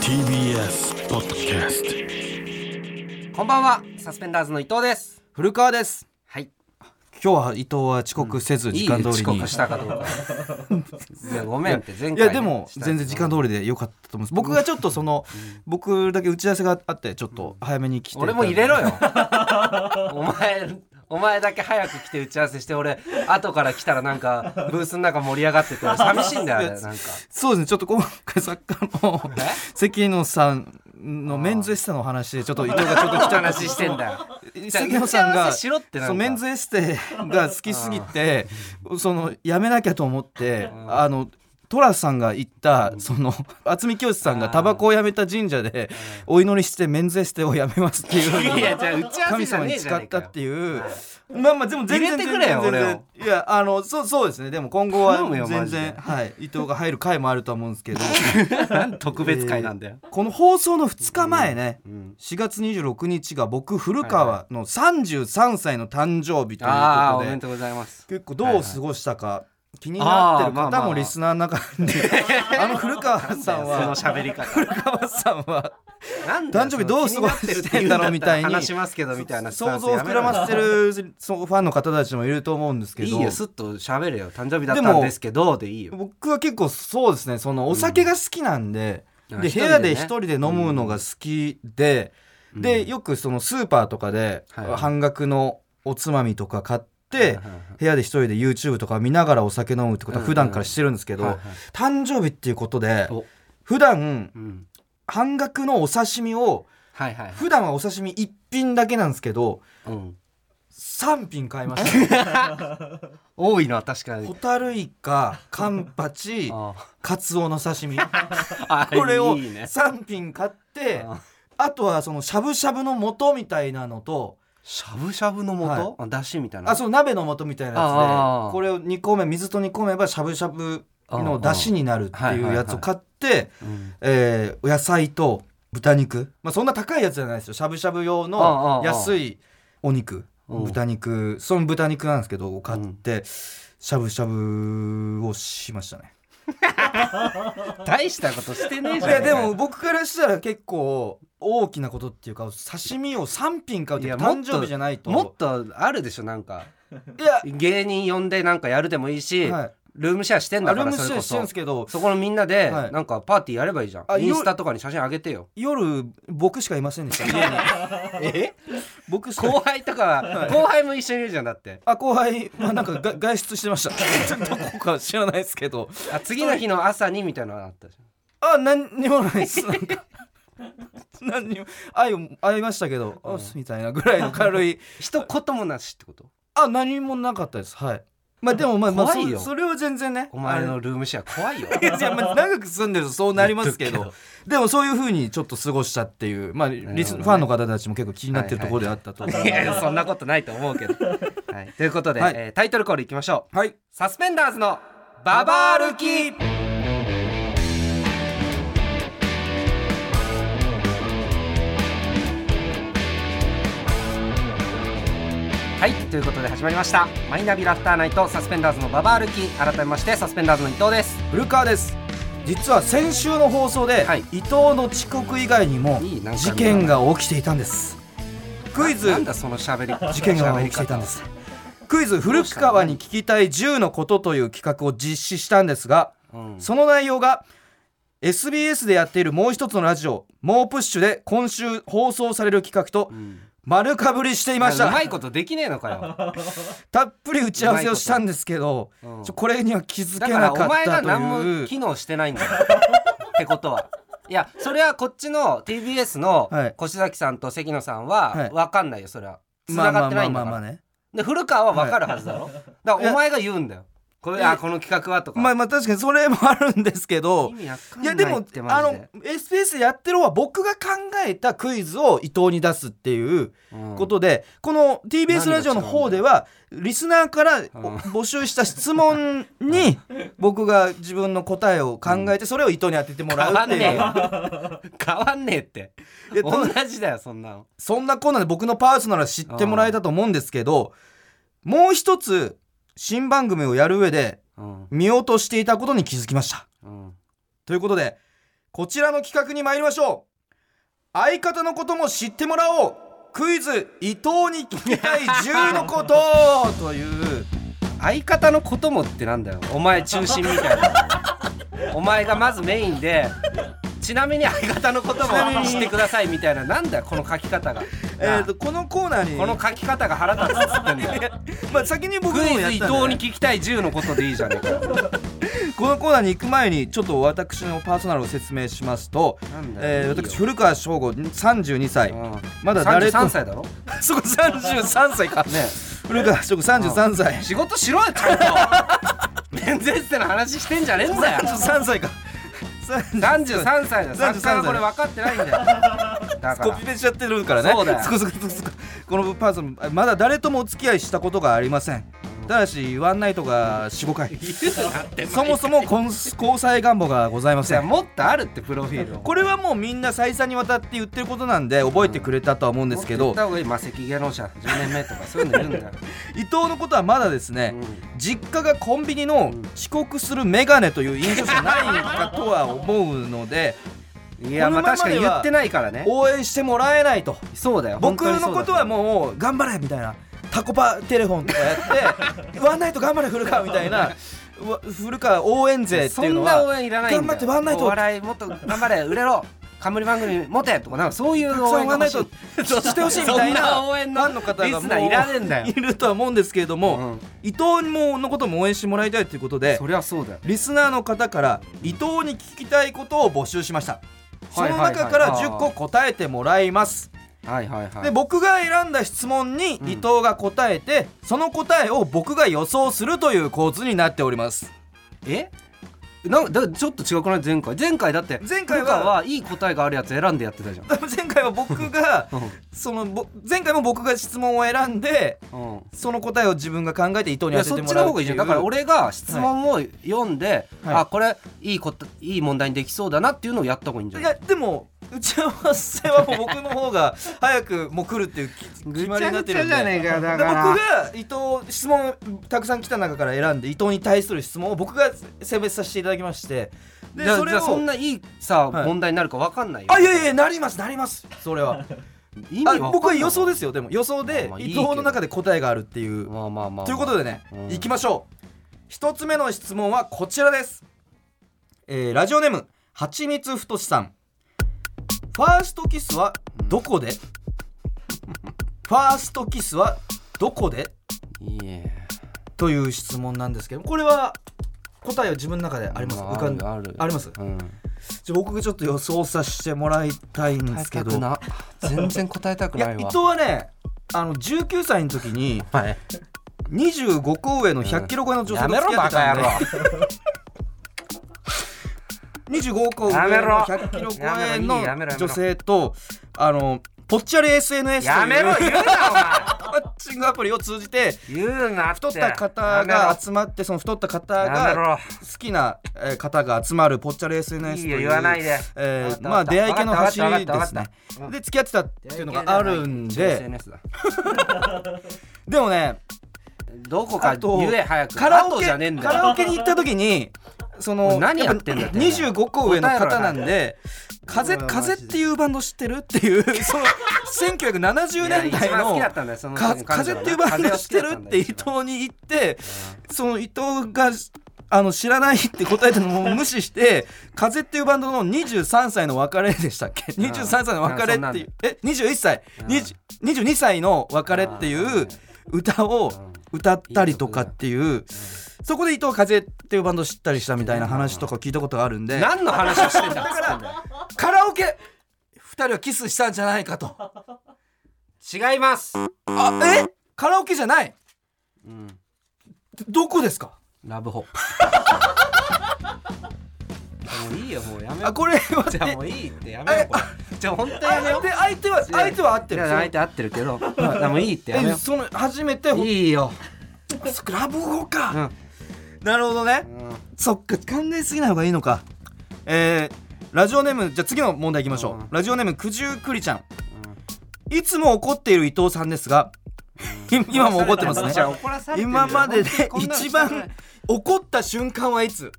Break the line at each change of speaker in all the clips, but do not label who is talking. TBS ポッドキャスト
こんばんはサスペンダーズの伊藤です
古川です
はい
今日は伊藤は遅刻せず時間通り
い
に、
いね遅刻したか どうかいやごめんって前回
いやでも
した
全然時間通りでよかったと思います僕がちょっとその、僕だけ打ち合わせがあってちょっと早めに来て
俺も入れろよ お前お前だけ早く来て打ち合わせして俺後から来たらなんかブースの中盛り上がってて俺寂しいんだよあれなんか
そうですねちょっと今回作家の
え
関野さんのメンズエステの話でちょっと伊藤がちょっと来た
話してんだよ
関野さん
打ち合わ
が
せしろってなんか
そうメンズエステが好きすぎてそのやめなきゃと思ってあのトラさんが言ったその渥美清さんがタバコをやめた神社でお祈りしてメンズエステをやめますっていう
いやじゃあ打ち合わせ
神
じゃ
様
ね
に
えじ
誓
ゃねえ
った
かよ
っていうまあまあでも全然
入れてくれよ
全然
俺を
全然いやあのそうそうですねでも今後
頼むよ
は
マ
全
ジで
然はい伊藤が入る回もあるとは思うんですけど
なん特別会なんだよ、
この放送の2日前ね
うん
4月26日が僕古川の33歳の誕生日という
ああ
こ
お
と
めで
で
とうございます
結構どう過ごしたか気になってる
あーまあまあ
方
まあ
もリスナーの中 であの古川さんは
その喋り方
古川さんは
なんだよ
誕生日どう過ごしてんだろうみたいに
気になってるって言うんだったら話しますけどみたいなスタ
想
ンス
像を
やめ
膨
ろ
ら
よ
ませてるそうファンの方たちもいると思うんですけど
いいよすっと喋れよ誕生日だったんですけどでいいよ
僕は結構そうですねそのお酒が好きなんで、
うん
で
一
部
人でね
屋で一人で飲むのが好きで、でよくそのスーパーとかで
はいはい
半額のおつまみとか買って、
はいはい
部屋で一人で YouTube とか見ながらお酒飲むってことは普段からしてるんですけど、
はいはい
誕生日っていうことで
お
普段
うん
半額のお刺身を
はいはい
普段はお刺身1品だけなんですけど
うん
3品買いました
多いな確か
ホ
に
タルイカカンパチ
あ
カツオの刺 身
あ
これを
いいね
3品買って
あ
あとはそのしゃぶしゃぶの素みたいなのと
しゃぶしゃぶの
はい
素だしみたいな
あそう鍋の素みたいなやつ
あー
でこれを煮込め水と煮込めばしゃぶしゃぶの出汁になるっていうやつを買って
うん
えーお野菜と豚肉まあそんな高いやつじゃないですよしゃぶしゃぶ用
あーあ
の
ー
安いお肉
うん
豚肉その豚肉なんですけどを買ってしゃぶしゃぶをしましたね
大したことしてねえ
い
じゃ
や
ん
でも僕からしたら結構大きなことっていうか刺身を3品買うって
いやもっ
誕
と
生日じゃないと
もっとあるでしょなんか
いや
芸人呼んでなんかやるでもいいし
はい
ルームシェアしてん
ア
だ
ル
から
ム
そ
シ
れ
ェ
こ
アしてるん
そ
ですけど
そこのみんなで
はい
なんかパーティーやればいいじゃん
あ
インスタとかに写真あげて よ
夜僕しかいませんでした家に
え
僕しか
後輩とか後輩も一緒にいるじゃんだって
あ後輩はなんかが外出してました どこか知らないですけど
あ次の日の朝にみたいなのあったじ
あ何にもないですなんか何にも会い会いましたけど、あみたいなぐらいの軽い
ゃん一言もなしってこと
あ何もなかったですはいまあでもまあまあ
怖いよ
そそれは全然ね
お前のルームシェア怖いよ
いやいやまあ長く住んでるとそうなりますけ
言っと
どでもそういうふうにちょっと過ごしたっていう、まあリス
なるほどね
ファンの方たちも結構気になってるところであったと思います。
いやそんなことないと思うけど、はい、ということで、
はい
えータイトルコールいきましょう
はい
サスペンダーズのババ歩きはいということで始まりましたマイナビラフターナイトサスペンダーズのババ歩き改めましてサスペンダーズの伊藤です
古川です実は先週の放送で、
はい
伊藤の遅刻以外にも
いいなんか
事件が起きていたんですクイズ
ななんだその喋り
事件が
喋
起
り
きていたんです
方
クイズ古川に聞きたい10のことという企画を実施したんですが
うん
その内容が SBS でやっているもう一つのラジオ「猛プッシュ」で今週放送される企画と
うん
丸かぶりしていました
うまいことできねえの かよ
たっぷり打ち合わせをしたんですけど
うまいことうん
ちょこれには気づ
だ
け
か
な
らお
かっ
前が
たと
何
い
も
う
機能してないんだ よってことはいやそれはこっちの TBS の
はい
越崎さんと関野さん
は
はい分かんないよそれは繋
まあま
がっ
あ
て
ま
ない
あ
ん
まあ
だ
まあ
から
ね
で古川は分かるはずだろだからお前が言うんだよこれあこの企画はとか
まあまあ確かにそれもあるんですけど
意味わかん
いや
ないって
で
マ
も
ジで
あの SPS でやってる方は僕が考えたクイズを伊藤に出すっていう
うん
ことで、この TBS ラジオの方ではリスナーから
ん
募集した質問に僕が自分の答えを考えてそれを伊藤に当ててもら
変
う
わ
っ
ん
て
ね
いう、
えよ変わんねえって
いやど
同
ん
じだよそんなの
そんなこんなで僕のパーソナルは知ってもらえたと思うんですけどもう一つ新番組をやる上で
うん
見落としていたことに気づきました。
うん
ということでこちらの企画に参りましょう相方のことも知ってもらおうクイズ伊藤に聞きたい10のことという
相方のこともってなんだよお前中心みたいなお前がまずメインでちなみに相方のことも知ってくださいみたいななんだよこの書き方が、
えー、とこのコーナーに
この書き方が腹立つっつってんだよ
まあ、先 に僕
ク
のも
イ
や
ズ
っ
伊
た
藤
んで
に聞きたい10のことでいいじゃねえか よ
このコーナーに行く前にちょっと私のパーソナルを説明しますと
なんだよ
えー
いいよ
私古川翔吾32歳
うん
まだ誰と
33歳だろ
そこ33歳か
ね
古川翔吾33歳
仕事しろよちゃんと免税っての話してんじゃねえんだよ
33歳か
33歳だよ
33
作家がこれ分かってないんだよだか
コ
ら
ピペしちゃってるからね
そうだよ
つくづくつくづくこのパーソナルまだ誰ともお付き合いしたことがありませんただしワンナイトが45回そもそも婚交際願望がございま
じ
せ
ゃあ
ん
もっとあるってプロフィールを
これはもうみんな再三にわたって言ってることなんで覚えてくれたとは思うんですけ
も
ど
っと言った方がいい魔石芸能者10年目とかそういうのいるんだ よ、
伊藤のことはまだですね、
う
実家がコンビニの遅刻するメガネという印象しかないかとは思うので
んいやまあ
このままでは
確かに言ってないからね
応援してもらえないと
そうだよ
僕のことは
う
もう頑張れみたいなタコパテレフォンとかやって ワンナイト頑張れ古川みたいなうわ古川応援勢って
そ
いうんの
な応
は
援いらないんだ
頑張
よ
ってワンナイト
お笑いもっと頑張れ売れろ冠番組持てとかなんかそういう
そ
応
う
援
ワ
が
ンナ
欲
イ
しい
トしてほしいみたい
そん
な
な応援
フ
の
ァンの方が
リス
も
ナーいらねえんだよ
ういるとは思うんですけれども、
うん
伊藤ものことも応援してもらいたいということで
そりゃそうだよ
リスナーの方から伊藤に聞きたいことを募集しましたそ
はい
の
はいはい
中から10個答えてもらいます
はいはいはい
で僕が選んだ質問に伊藤が答えて、その答えを僕が予想するという構図になっております
えなんだちょっと違くない前回前回だって
前回は
ルカいい答えがあるやつ選んでやってたじゃん
前回は僕が
う
そのぼ前回も僕が質問を選んで
ん、うん
その答えを自分が考えて伊藤
い
に
や
当て
そって
も
ち
ら
の
う
方
って
がいいじ
い
ゃ
うん
だから俺が質問を読んで、
はい
あこれいいこといい問題にできそうだなっていうのをやった方がいいんじゃ
い
ない
やでも打ち合わせはもう僕の方が早くもう来るっていうき決まりになってるんで
かよだ
で僕が伊藤質問たくさん来た中から選んで伊藤に対する質問を僕が選別させていただきましてで
じゃあ
それ
じゃ
を
あそんないいさ、
はい
問題になるかわかんないよ
あいやいやなりますなりますそれは
意味
あ
わかんない
僕は予想ですよでも予想で
まあまあいい
伊
けど
藤の中で答えがあるっていう
まあまあまあ
ということでね
うん
行きましょう一つ目の質問はこちらですえーラジオネームはちみつふとしさんファーストキスはどこでファーストキスはどこで
いいえ
という質問なんですけどこれは答えは自分の中であります
ま
浮かんだ
ある
あります
うん
じゃあ僕がちょっと予想させてもらいたいんですけど
答えたくな全然答えたく
い
な
や
い
伊
わ
藤はねあの19歳の時に
はい
25個上の100キロ超えの女性と
やめ
付
ろ
き合っ
バ
てた
カ
んで
野郎
25個上の
やめろ
100キロ超えの
やめろいいやめろやめろ
女性とあのぽっちゃり SNS という
やめろ言うな
マッチングアプリを通じて
お前言うなって
太った方が集まってその太った方
やめろ
が好きなえー方が集まるぽっちゃり SNS と
いい
い
よ
う
言わないで
え
わかっ
ー
た
まあ
わかった
出会い系の
わかった
走
わか
り
ったわ
で
か
す
った
ねで付き合ってたっていうのがあるんで
SNS だ
でもね
どこ
あ
か
と
言え早く
カラオ
あと
ケ
じ
カ
ゃねえんだよ
ラオケに行った時にその
何やってんだよ
ぱ25個上の方なん
答
で風
うわ
風
マ
っ
ジで
ていうバンド知ってるっていうその1970年代
いや一番好
の
きだったんだよその
か
時の彼
風っ
女が
ていうバンド知ってるって伊
風が好きだ
藤に行ってその伊藤があの知らないって答えたのも無視して 「風」っていうバンドの23歳の別れでしたっけ23歳の別れ
うんそん
っ
なん
てい
だよ
うえ21歳
うん
20 22歳の別れってい
あー
う歌を歌ったりとかっていうそこで伊藤風っていうバンド知ったりしたみたいな話とか聞いたことがあるんで
何の話を してんだっつってんだよ
カラオケ2人はキスしたんじゃないかと
違います、
あえカラオケじゃない
うん、
どこですか
ラブホもういいよもうやめよ
あ
う
これは
じゃあもういいってやめようこれじゃあ本当やめよ
あ
う
で相手は相手は合ってる
いや相手合ってるけどでもういいってやめ
え
よ
その初めて
ういいよ、
スクラブ語
う
か、
ん
なるほどね、
うん
そっか考えすぎない方がいいのかえー、ラジオネームじゃあ次の問題いきましょう、
うん
ラジオネーム九十九里ちゃんいつも怒っている伊藤さんですが 今も怒ってますね
じゃあ怒らされてるよ
今までで
本当にこんなの
一
したくない
番怒った瞬間はいつ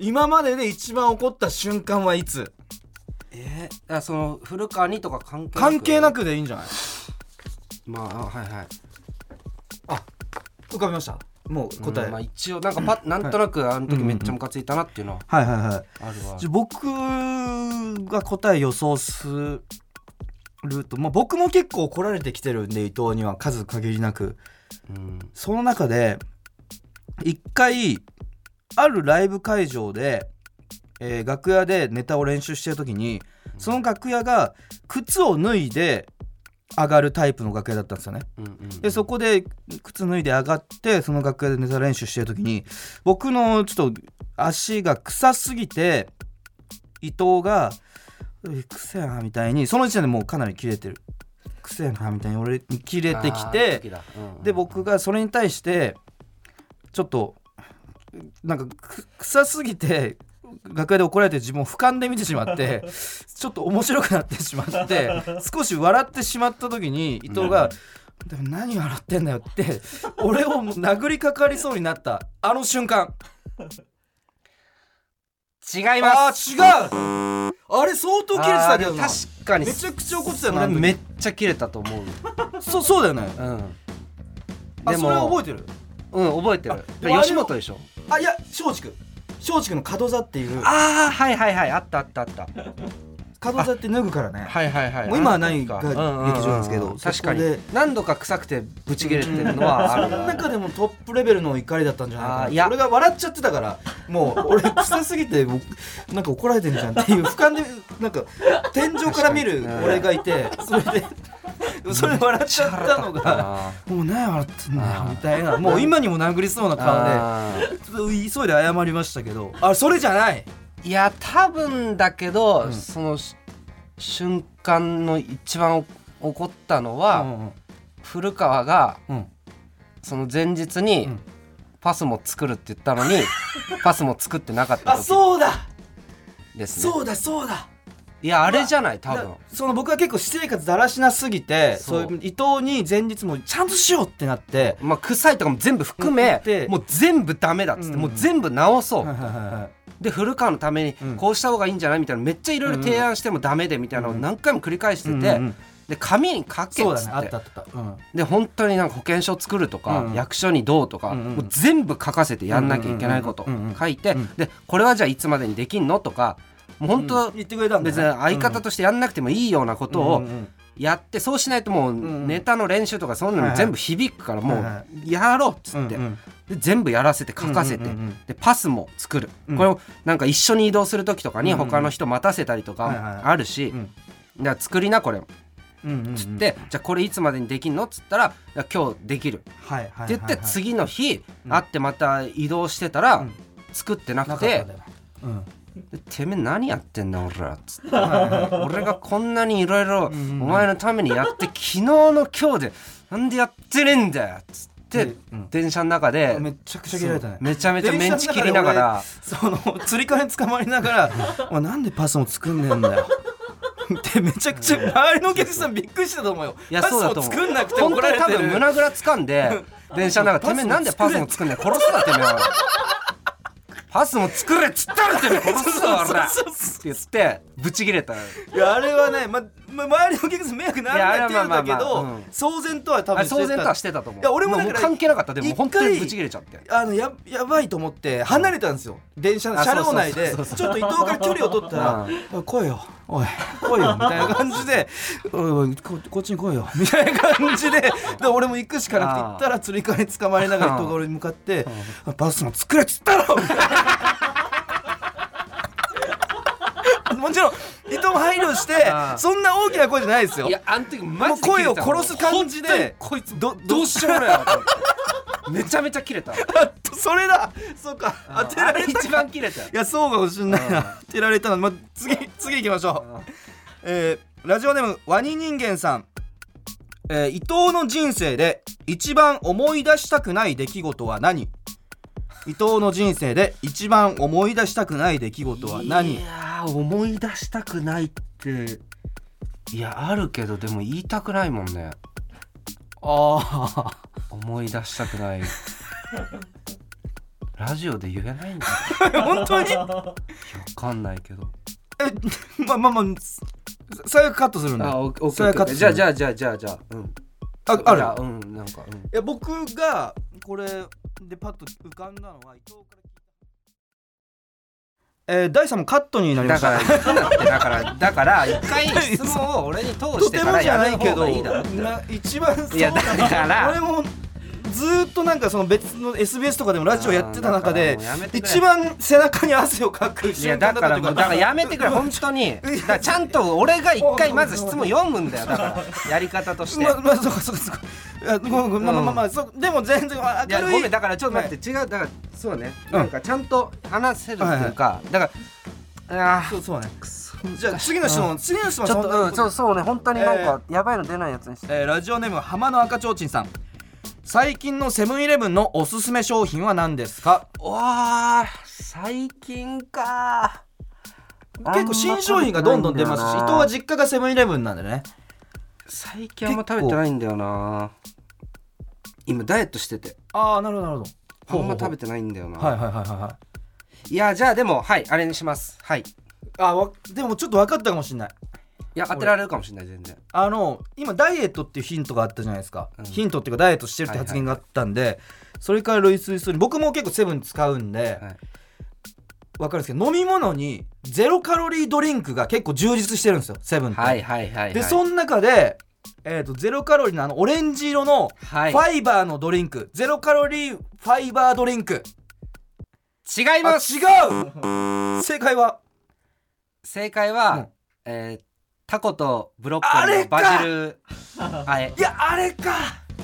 今までで一番怒った瞬間はいつ
えー、あその古川にとか関係なく
関係なくでいいんじゃない
まああはいはい
浮かびましたもう答え、
うんまあ、一応なんかパなんとなくあの時めっちゃムカついたなっていうのは
はいはいはい
あるわ
じゃあ僕が答え予想すると、まあ、僕も結構怒られてきてるんで伊藤には数限りなく
うん
その中で一回あるライブ会場で、えー楽屋でネタを練習してる時にその楽屋が靴を脱いで上がるタイプの楽屋だったんですよね。
うんうん
でそこで靴脱いで上がってその楽屋でネタ練習してる時に僕のちょっと足が臭すぎて伊藤が「うい臭いな」みたいにその時点でもうかなり切れてる「臭いな」みたいに俺に切れてき
あー時
て
だうんうん
で僕がそれに対してちょっとなんかく臭すぎて楽屋で怒られてる自分を俯瞰で見てしまって ちょっと面白くなってしまって少し笑ってしまった時に伊藤が「でも何笑ってんだよ」って俺をもう殴りかかりそうになったあの瞬間
違い
あ
ます
ー違うあれ相当切れてたけど
あーでも
な
確かに
めちゃくちゃ怒ってたよな
それ
あの時
めっちゃ切れたと思う
そそうだよね
うん
あそれは覚え
え
てる
うん覚えてる
でもあれ
吉本でしょ
あいや松竹松竹の角座っていう
ああはいはいはいあったあったあった
角座って脱ぐからね
はいはいはい
もう今はない
あ
が
った
劇
かうんうんうん
場なんですけど
確か
そこ
に
で
何度か臭くてブチ切れてるのはあ
そ
る
の中でもトップレベルの怒りだったんじゃないか
あ
な
ーいや
俺が笑っちゃってたからも う俺臭すぎてもうなんか怒られてんじゃんっていう俯瞰でなんか天井から見る
確かに
俺がいてそれでそれで笑っちゃったのが。
あ
もう何笑ってんだ
あ
よ
ー
みたいなもう今にも殴りそうな顔
ー
でちょっと急いで謝りましたけどあそれじゃない
いや多分だけど、そのし瞬間の一番お怒ったのは、
うん
古川が
うんうん
その前日に
うん
パスも作るって言ったの に、パスも作ってなかった
あ
時
そうだ
ですね
そうだそうだ
いやあれじゃない多
だ
分
その僕は結構私生活だらしなすぎて
そ
そうういう伊藤に前日もちゃんとしようってなって
まあ臭いとかも全部含め
で
もう全部ダメだっつって、
うん
もう全部直そう、
はいはいはいはい
で古川のために
うん
こうした方がいいんじゃないみたいなめっちゃいろいろ提案してもダメでみたいなのを何回も繰り返してて、
うんうんうん
で紙に書けっ
そう
つ
だ
っ
ね
て
あったあったあった、うん
で本当になんか保険証作るとか、
うん
役所にどうとか、
うんうん
もう全部書かせてやんなきゃいけないこと
うんうんうん
書いて、
うん
でこれはじゃあいつまでにできんのとかもう本当、
言ってくれたんだね
別に相方としてやんなくてもいいようなこと
うん
を
うんうん
やってそうしないともうん
うん
ネタの練習とかそんなの全部響くからも
はいは
うやろうっつって、
うんうん
で全部やらせて書かせて、
うんうんうん
でパスも作る、
うん
これもなんか一緒に移動する時とかに
うんうん
他の人待たせたりと
はいはいはい
かあるし、
うん
だから作りなこれ
うんうん
つって、じゃあこれいつまでにできんのっつったらいや今日できる
はいはいはいはい
って言って次の日
うん
会ってまた移動してたら
ん
作って
な
なく
かった
て
んだようん
「でてめえ何やってんだ俺ら」っつって
はい はい
俺がこんなにいろいろお
んうん
前のためにやって 昨日の今日でなんでやってねえんだよっつって
うん
電車の中で
めちゃくちゃ切られたね
めちゃめちゃメンチ切りながら
電車の中で俺その釣り革に捕まりながら「お前なんでパスも作んねえんだよ」 ってめちゃくちゃ周りのお客さんびっくりしたと思うよ
いやそうだと思う
パスも作んなくて
本
怒
当
ら
に
れ
多
てる
分胸ぐら掴 んで電車の中で「て
パスも
めえなんでパスも作んねえ殺すなてめ えはパスも作れっつったらてめえ殺すぞ俺ら」って
そうそう
言ってブチ切れた。
いやあれはね、ま、ま周りのお客さん迷惑にならないっていうんだけ
いやあれはまあ
ど、
まあまあうん
騒然とは多
あ
分
騒然とはしてたと思う
いや俺もだから
う関係なかったでも
一回
本当にブチ切れちゃって
あのややばいと思って離れたんですよ電車の
あ
車両内で
そうそう
ちょっと伊藤から距離を取ったら「おい来いよおい来いよ」みたいな感じで「おいおいここっちに来いよ」みたいな感じでで俺も行くしかなくて
あー
行ったら釣り替え捕まりながら伊藤が俺に向かって「あバスも作れっつったろ!」みたいなもちろん伊藤も配慮して
あー
そんな大きな声じゃないですよ。
やあの時マ
もう声を殺す感じで
こいつ
ど
どうしようもないわと思ってめちゃめちゃ切 れた
あっとそれだそうか当てられた
一番切れたよ
いやそうかもしんないな当てられたの、まあ、次次行きましょうえーラジオネームワニ人間さん、えー伊藤の人生で一番思い出したくない出来事は何伊藤の人生で一番思い出したくない出来事は何
いやー思い出したくないっていやあるけどでも言いたくないもんね
ああ
思い出したくないラジオで言えないんだ
本当に
分かんないけど
まあまあまあす最悪カットするんだ
あ
あ
オッケーオッケ
それは
ーオッ
カッ
ケー
ト
じゃあじゃあじゃあじゃあじゃあうん
あ
じゃ
る
うんなんかうん
いや僕がこれでパッと浮かんだのは伊藤から聞いたえー、第3問カットになりま
だ
し
か
た
ら行くなってだからだから一回質問を俺に通
と
して
て
か
も
ら
じ
や
ゃな
る
いけ
方
ど
がいいだろって
な一番そう
いやだから
俺もずーっとなんかその別の SBS とかでもラジオやってた中で
あーだからもうやめてくれ
一番背中に汗をかく
いや
瞬
だ
間だっ
か
た
ら
という
も
か
うだからやめてくれ本当にだからちゃんと俺が一回まず質問読むんだよだからやり方として
まあまあそうかそうかそうかいやごめんごめんまあまあまあまあそうでも全然あ
い
明
や
るい
ごめんだからちょっと待って、違うだからそうね
うん
なんかちゃんと話せるっていうか、だからあ
そうそうね
あち
じゃあ次の質問次の質問
ょっ
そんな
とうんそうそうね本当になんか、やばいの出ないやつにして
えーラジオネーム浜の赤ちょうちんさん最近のセブンイレブンのおすすめ商品は何ですか
わあ最近か
結構新商品がどんどん出ますし伊藤は
し
実家がセブンイレブンなんでね
最近あんま食べてないんだよな今ダイエットしてて
ああなるほどなるほ
あ
ど
んま食べ
て
てないんだよな、
はいはいはいはいはい
い、やじゃあでもはいあれにしますはいい
あわでもちょっと分かったかもしれない
や当てられるかもしれない全然
あの今ダイエットっていうヒントがあったじゃないですか、
うん
ヒントっていうかダイエットしてるって発言があったんで、それから類推する僕も結構セブン使うんで、
はい
わかるんですけど飲み物にゼロカロリードリンクが結構充実してるんですよセブンって、
はいはいはいはい
でその中で、えー、とゼロカロリーのあのオレンジ色のフ
はい
ァイバーのドリンク、ゼロカロリーファイバードリンク
違い
あ違
ま
う
す
正解は
正解は、
うん
えータコとブロッコリーのバ ジルあえ
いやあれか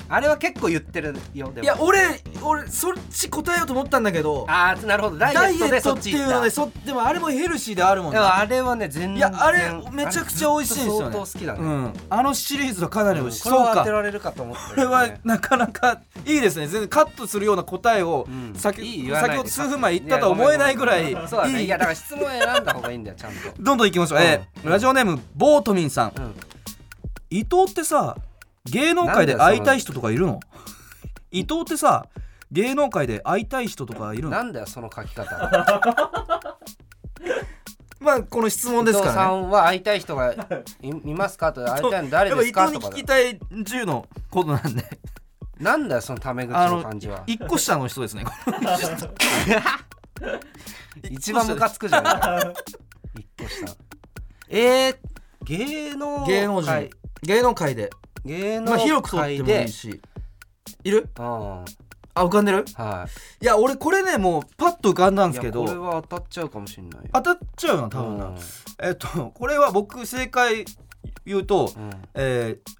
あれは結構言ってるよでも
いや俺俺そっち答えようと思ったんだけど
あーなるほどダ
ダ
イエ
イエ
ット
ッ
でそ
ト
っ
って
ち
い
行
う
っ
の
た
でそでもあれもヘルシーであるもん
で
ね
もあれはね全然
いやあれめちゃくちゃ美味しいんですよね
あれずっと相当好きだね、
う
うん
ん、あのシリーズはかなり美味しい、
これ
そう
は当て
から
れるかと思った
こ
け
れ
どね、
はなかなかいいですね全然カットするような答えを、
うん
先
いい言わな
先
いで
ほど数分前言ったとは思えないぐらい
そうだね
い
い
い
やだから質問選んだ方がいいんだよちゃ んと
どんどんいきましょう、えーラジオネームボートミンさん
うん
伊藤ってさ芸能界で会いたい人とかい るの伊藤ってさ芸能界で会いたい人とかいるの
なんだよその書 き方
まあこの質問
伊
です
藤
か
さ
らね
んは会いたい人がいいます かと会いたいの誰
やっぱ
です
伊
か
藤
と
に聞
か
きたい10のことなん で
なんだよそのタメ口
あ
の
の
感じは
一個下の人ですねこの人
一番ムカつくじゃないか一個下えー、芸能界
芸能人芸能界で
芸能界で、
まあ広くとってもいいしいる
うんは
あ浮かんでる
い
いや俺これねもうパッと浮かんだんですけ
いやこれ
ど
は当たっちゃうかもしれないよ
当たっちゃうな多分な、えっとこれは僕正解言うと、
うんうん
えー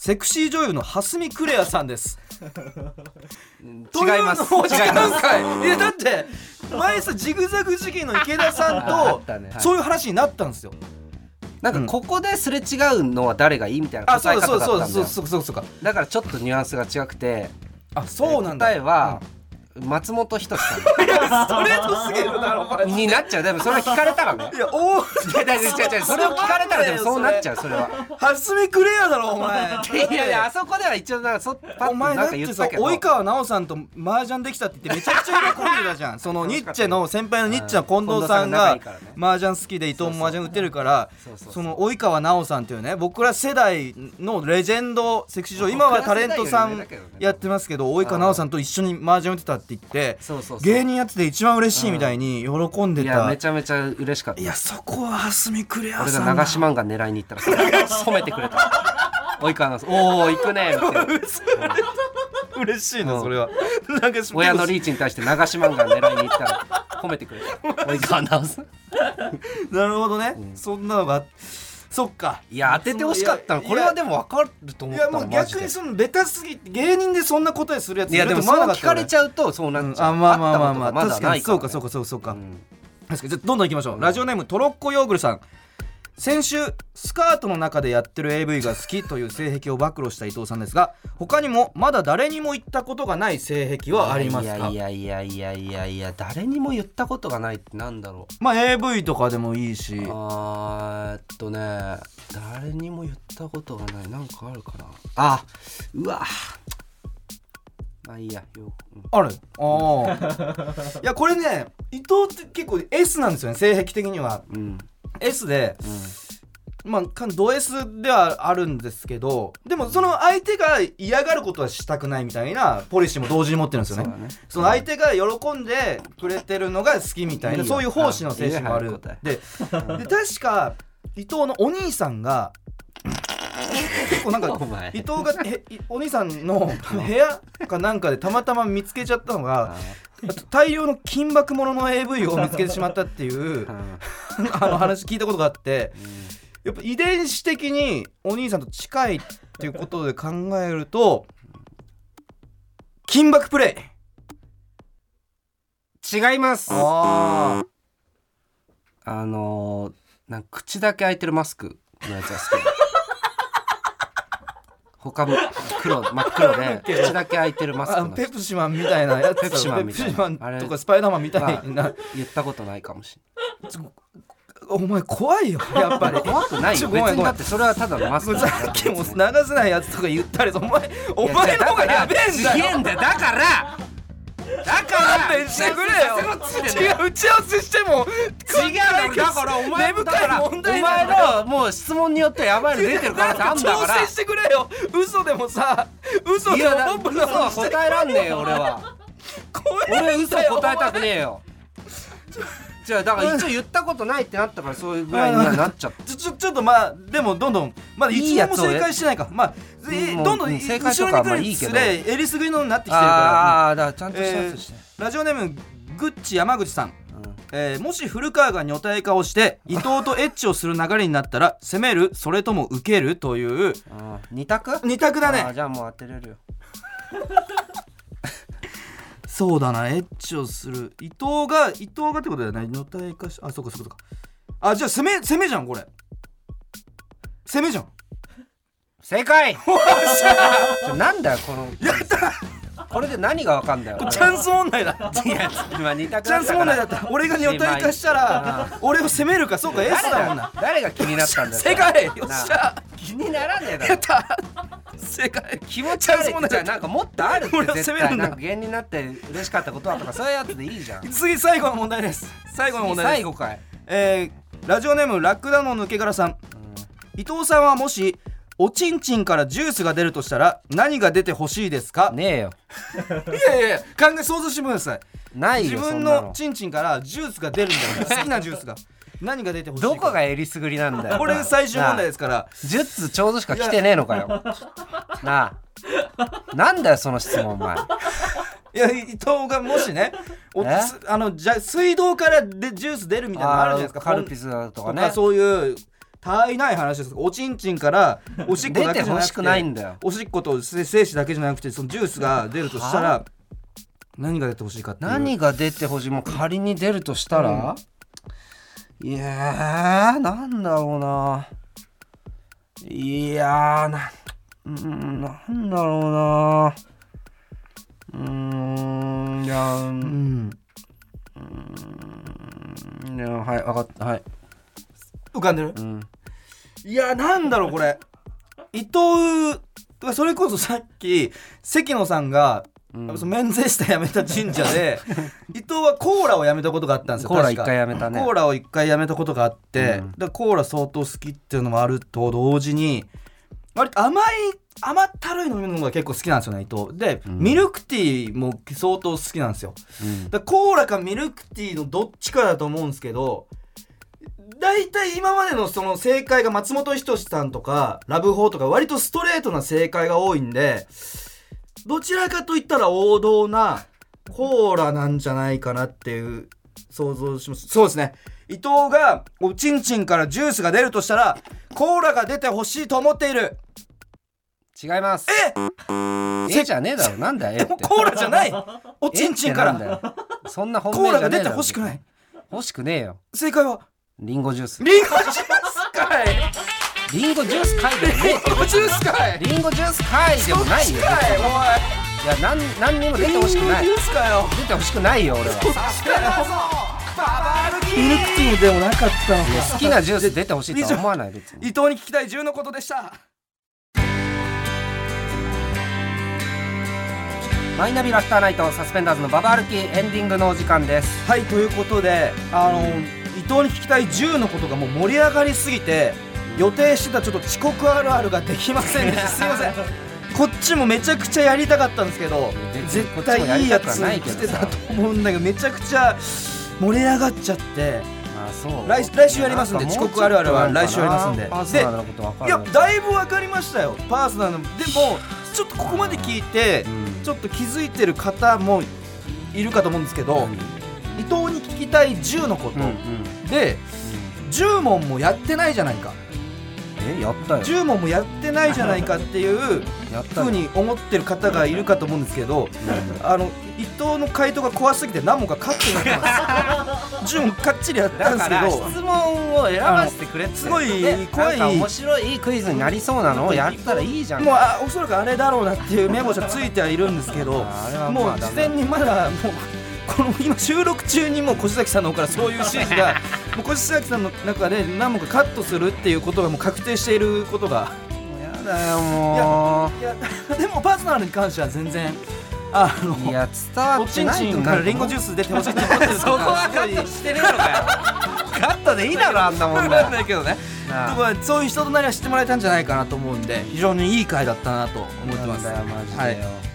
セクシー女優の蓮見クレアさんです。
違います
とうのも
違います
いやだって前さジグザグ事件の池田さん
あっ
と
たねはい
そういう話になったんですよ。
なんかここですれ違うのは誰がいいみたいな
あ
答
そ
え
うそ
方
う
だったん
そ
だ
うそうそ
よ
うそうそうか。
だからちょっとニュアンスが違くて
あそうなんだ。
答えは
うん
松本人志
いやストレートすぎるだろお
さ
前。
んになっちゃうでもそれは聞かれたらね
いやお
いやだいや違う違うそれを聞かれたらでもそうなっちゃ
う。
うそれは
蓮見クレアだろお前。
いやいやあそこでは一応なんかそパッと
お前だ
なん
っ
か言
て
った
さ
けど
及川奈緒さんと麻雀できたって言ってめちゃくちゃ喜んでたじ ゃんそのニッチェの先輩のニッチェの近藤さん
う
が
ん近藤さんが仲いいからね
麻雀好きで伊藤も麻雀打てるから
そうそうそう
その及川奈緒さんっていうね僕ら世代のレジェンドセクシー女優今はタレントさ
僕
ん
ら世代より上だけどね
やってますけど及川奈緒さんと一緒に麻雀打てたって言って
そうそうそう
芸人やってて一番嬉しいみたいに喜んで
いや
た
めちゃめちゃ嬉しかった
いやそこは蓮見クレア
俺
さ
が
ん
流
だ
し漫画狙いに行ったらそれ 染めてくれた及川 のおお行くね」 って
嬉しいうなんそれ はなんか
親のリーチに対して流し漫画狙いに行ったら褒めてくれた及川直す
なるほどねそんなのがそっか
いや当ててほしかったの
いや
これはでも分かると思
い
った
や
の
もう
マジ
逆
で
にそのベタすぎて芸人でそんな答えするやつ
いやでもそ
ま
う
だ
聞かれち
ゃ
ゃうとそうなっちゃ
あ
う、
まあまあまあまあ
会ったことが
確か
だな
にそうかそう
いらね
かそうかそうか、
うん
確かにじゃあどんどんいきましょう、ラジオネームトロッコヨーグルさん先週スカートの中でやってる AV が好きという性癖を暴露した伊藤さんですが他にもまだ誰にも言ったことがない性癖はありますか
いやいやいやいやいやいや誰にも言ったことがないってなんだろ
まあ AV とかでもいいし
うあーえっとね誰にも言ったことがないなんかあるかなあうわあいいやよ、うん
あるああ いやこれね伊藤って結構 S なんですよね性癖的には
うん、
S でまあかド S ではあるんですけどでもその相手が嫌がることはしたくないみたいなポリシーも同時に持ってるんですよね
そ
そ
うだね
の相手が喜んでくれてるのが好きみたい
い
ない
よ
そういう奉仕の精神もあ
う
る
んいいよ
でで確か伊藤のお兄さんが結構なんか
お前
伊藤がへいお兄さんの部屋かなんかでたまたま見つけちゃったのが
あ
大量の金箔ものの AV を見つけてしまったっていう
うん
あの話聞いたことがあってやっぱ遺伝子的にお兄さんと近いっていうことで考えると金箔プレイ
違いますあ
あ
のー、なんか口だけ開いてるマスクのやつが好き 他も黒真っ 黒で口だけ開いてるマスク
あ
の
ペ
人
プシマンみたいなやつ
ペプシマンみた
ペ
いな
プシマン
あれ
とかスパイダーマンみたいな
言ったことないかもし
お前怖 いよやっぱ
れな
り
い怖くない
ち
よ
ょごめん
別に
ごめ
だ
ん
ってそれはただのマスクだから
さっきも流せないやつとか言ったりお前お前の方がやべえんだ
い
よ
やだから違えんだよだからだから
勘弁してくれよ違う打ち合わせしても
違うのだからお前
根深い問題
お
な
前
んだよ
のもう質問によってやばいの出てるからってあんだか
調整
ら
してくれよ嘘でもさ嘘
い
でも
やだ
ポップな
嘘
の
は
して
答えらんねえよ俺は
怖いんだ
俺
よ
嘘答えたくねえよじゃあだから一応言ったことないってなったからそういうぐらいにはなっちゃった
ちょちょちょっとまあでもどんどんまだ
いい
一
や
問も
つを
正解してないかまあえ
もう
どんど
うんん
後
正
ろに
解とかはま
来
あ
る
い
に
いけ
つ
ど
れえりすぐりのになってきてるか
ああーだからちゃん
ら
としたやつして、
えーラジオネームグッチ山口さん
うん
えーもし古川が女体化をして伊藤とエッチをする流れになったら攻めるそれとも受けるという
あー二択
二択だ
あー
ね
じゃあもう当てれるよ
そうだなエッチをする伊藤が伊藤がってことだよね女体化しあそうかそうかそうかあじゃあ攻め攻めじゃんこれ攻 めじゃん
正解ちょなんだよこのやったこれで何がわかんだよ
チャンス問題 だ
いや今二択
チャンス問題だ
っ
った俺が女体化したら 俺を攻めるかそうかエス
誰
だもん
だ
な
誰が気になったんだよ
正解よっし
な
ゃ
気にならねえだ
やっ
ろ
た正解
気持ち
チャン
悪
ス問
い
題
じゃあなんかもっとあるって
俺は
絶
責める
対
んだ
なんか芸人になって嬉しかったことはとかそういうやつでいいじゃん
次最後の問題です最後の問題です
最後かい
えーラジオネームラクダの抜け殻さん、伊藤さんはもしおちんちんからジュースが出るとしたら何が出てほしいですか、
ねえよ
いやいやいや考え想像してください
ない
自
よ
分のちんちんからジュースが出るんだから好きなジュースが何が出てほしいか
どこがえりすぐりなんだよ
これ最終問題ですすから
10通ちょうどしか来てねえのかよ なあなんだよその質問お前
いや伊藤がもしねお
え
すあのじゃ水道からでジュース出るみたいなのあるじゃないですか
あーカルピスだと
とか
かね
そういうたあいない話ですおちんちん からおしっこだけじゃな
出て
く
ほ
て
しくないんだよ
おしっことせ精子だけじゃなくてそのジュースが出るとしたら何が出てほしいかっていう
何が出てほしいもう仮に出るとしたら、いやーなんだろうないやーなうんなんだろうなうーんいや
う
ー
ん
うんいやはい分かったはい、
浮かんでる
うん、
いやなんだろうこれ伊藤それこそさっき関野さんが、その免税した辞めた神社 で伊藤はコーラを辞めたことがあったんですよ
コーラ
確か
一回やめたね
コーラを一回やめたことがあって、
う
だか
ん
らコーラ相当好きっていうのもあると同時に割と甘い甘ったるい飲み物が結構好きなんですよね伊藤で、
ん
ミルクティーも相当好きなんですよ
うん
だからコーラかミルクティーのどっちかだと思うんですけど大体今までのその正解が松本人志さんとかラブホーとか割とストレートな正解が多いんでどちらかといったら王道なコーラなんじゃないかなっていう想像しますそうですね伊藤がおちんちんからジュースが出るとしたらコーラが出てほしいと思っている
違います
え
えじゃねえだろなんだよえ
で
って
もコーラじゃないお
え
ちんちんから
ってなんだよそんな本命
コーラ
じ
が
ゃねえ
出て
だろ
ほしくない
欲しくねえよ
正解は
リンゴジュース
リンゴジュースかい
リンゴジュースかいでもねえよ
ジュースかい
リンゴジュースかいでもないよ
かい
いや、なん、なんにも出て
おい
ほしくない。
リンゴジ
出
ュースかよ
てほしくないよ、俺は。
ミルクティーでもなかったのか
好きなジュース出てほしいとは思わない、別
伊
に。
藤に聞きたい10のことでした
マイナビラフターナイトサスペンダーズのババ歩きエンディングのお時間です
はいということであの、伊藤に聞きたい10のことがもう盛り上がりすぎて予定してたちょっと遅刻あるあるができませんでしたすいませんこっちもめちゃくちゃやりたかったんですけど
全然
絶対いいやつ
こっちもやりたくはない
来
けどさ
てたと思うんだけどめちゃくちゃ盛り上がっちゃって
あそう
来来週やりますんで遅刻あるあるは来週やりますんで
パーソナルなことわか
い
る
やだいぶ分かりましたよパーソナルのでもちょっとここまで聞いて
うん
ちょっと気づいてる方もいるかと思うんですけど、
うん
伊藤に聞きたい10のこと、
うんうん
で10問もやってないじゃないか
えやったよ
10問もやってないじゃないかっていう
やっ
ふ
たよ
うに思ってる方がいるかと思うんですけどあの伊藤の回答が怖すぎて何問かカットになって ます10問かっちりやった
だ
んで
か
すけど
ら質問を選ばせてくれって
すごい
で
怖い
なんか面白いクイズになりそうなのをやったらいいじゃん
もうあおそらくあれだろうなっていう目星はついてはいるんですけど
ああれはまあ
もう事前にまだもうこの今収録中にもう越崎さんの方からそういう指示がもう越崎さんの中で何問かカットするっていうことがもう確定していることが
やだよも
いやでもパーソナルに関しては全然あの
ういや伝わ
お
って
ちん
ない
ちんからリンゴジュー
ス
ス出てほしいってことです
そこはカットしてねえのかよカットでいいだろあんなもん
分
だ
か
よ
んないけどね
なあ
でもそういう人となりは知ってもらえたんじゃないかなと思うんで非常にいい回だったなと思ってます
なんだよマジで
はい
よ、えー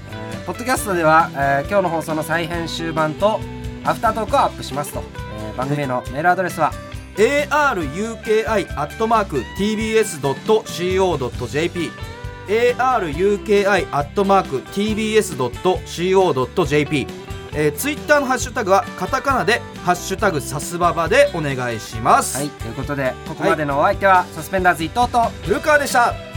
ポッドキャストでは、えー今日の放送の再編集版とアフタートークをアップしますと、えー番組へのメールアドレスは
aruki.tbs.co.jp aruki.tbs.co.jp えー、ツイッターのハッシュタグはカタカナで「ハッシュタグサスババ」でお願いします、
はいということでここまでのお相手は、サスペンダーズ伊藤と
古川でした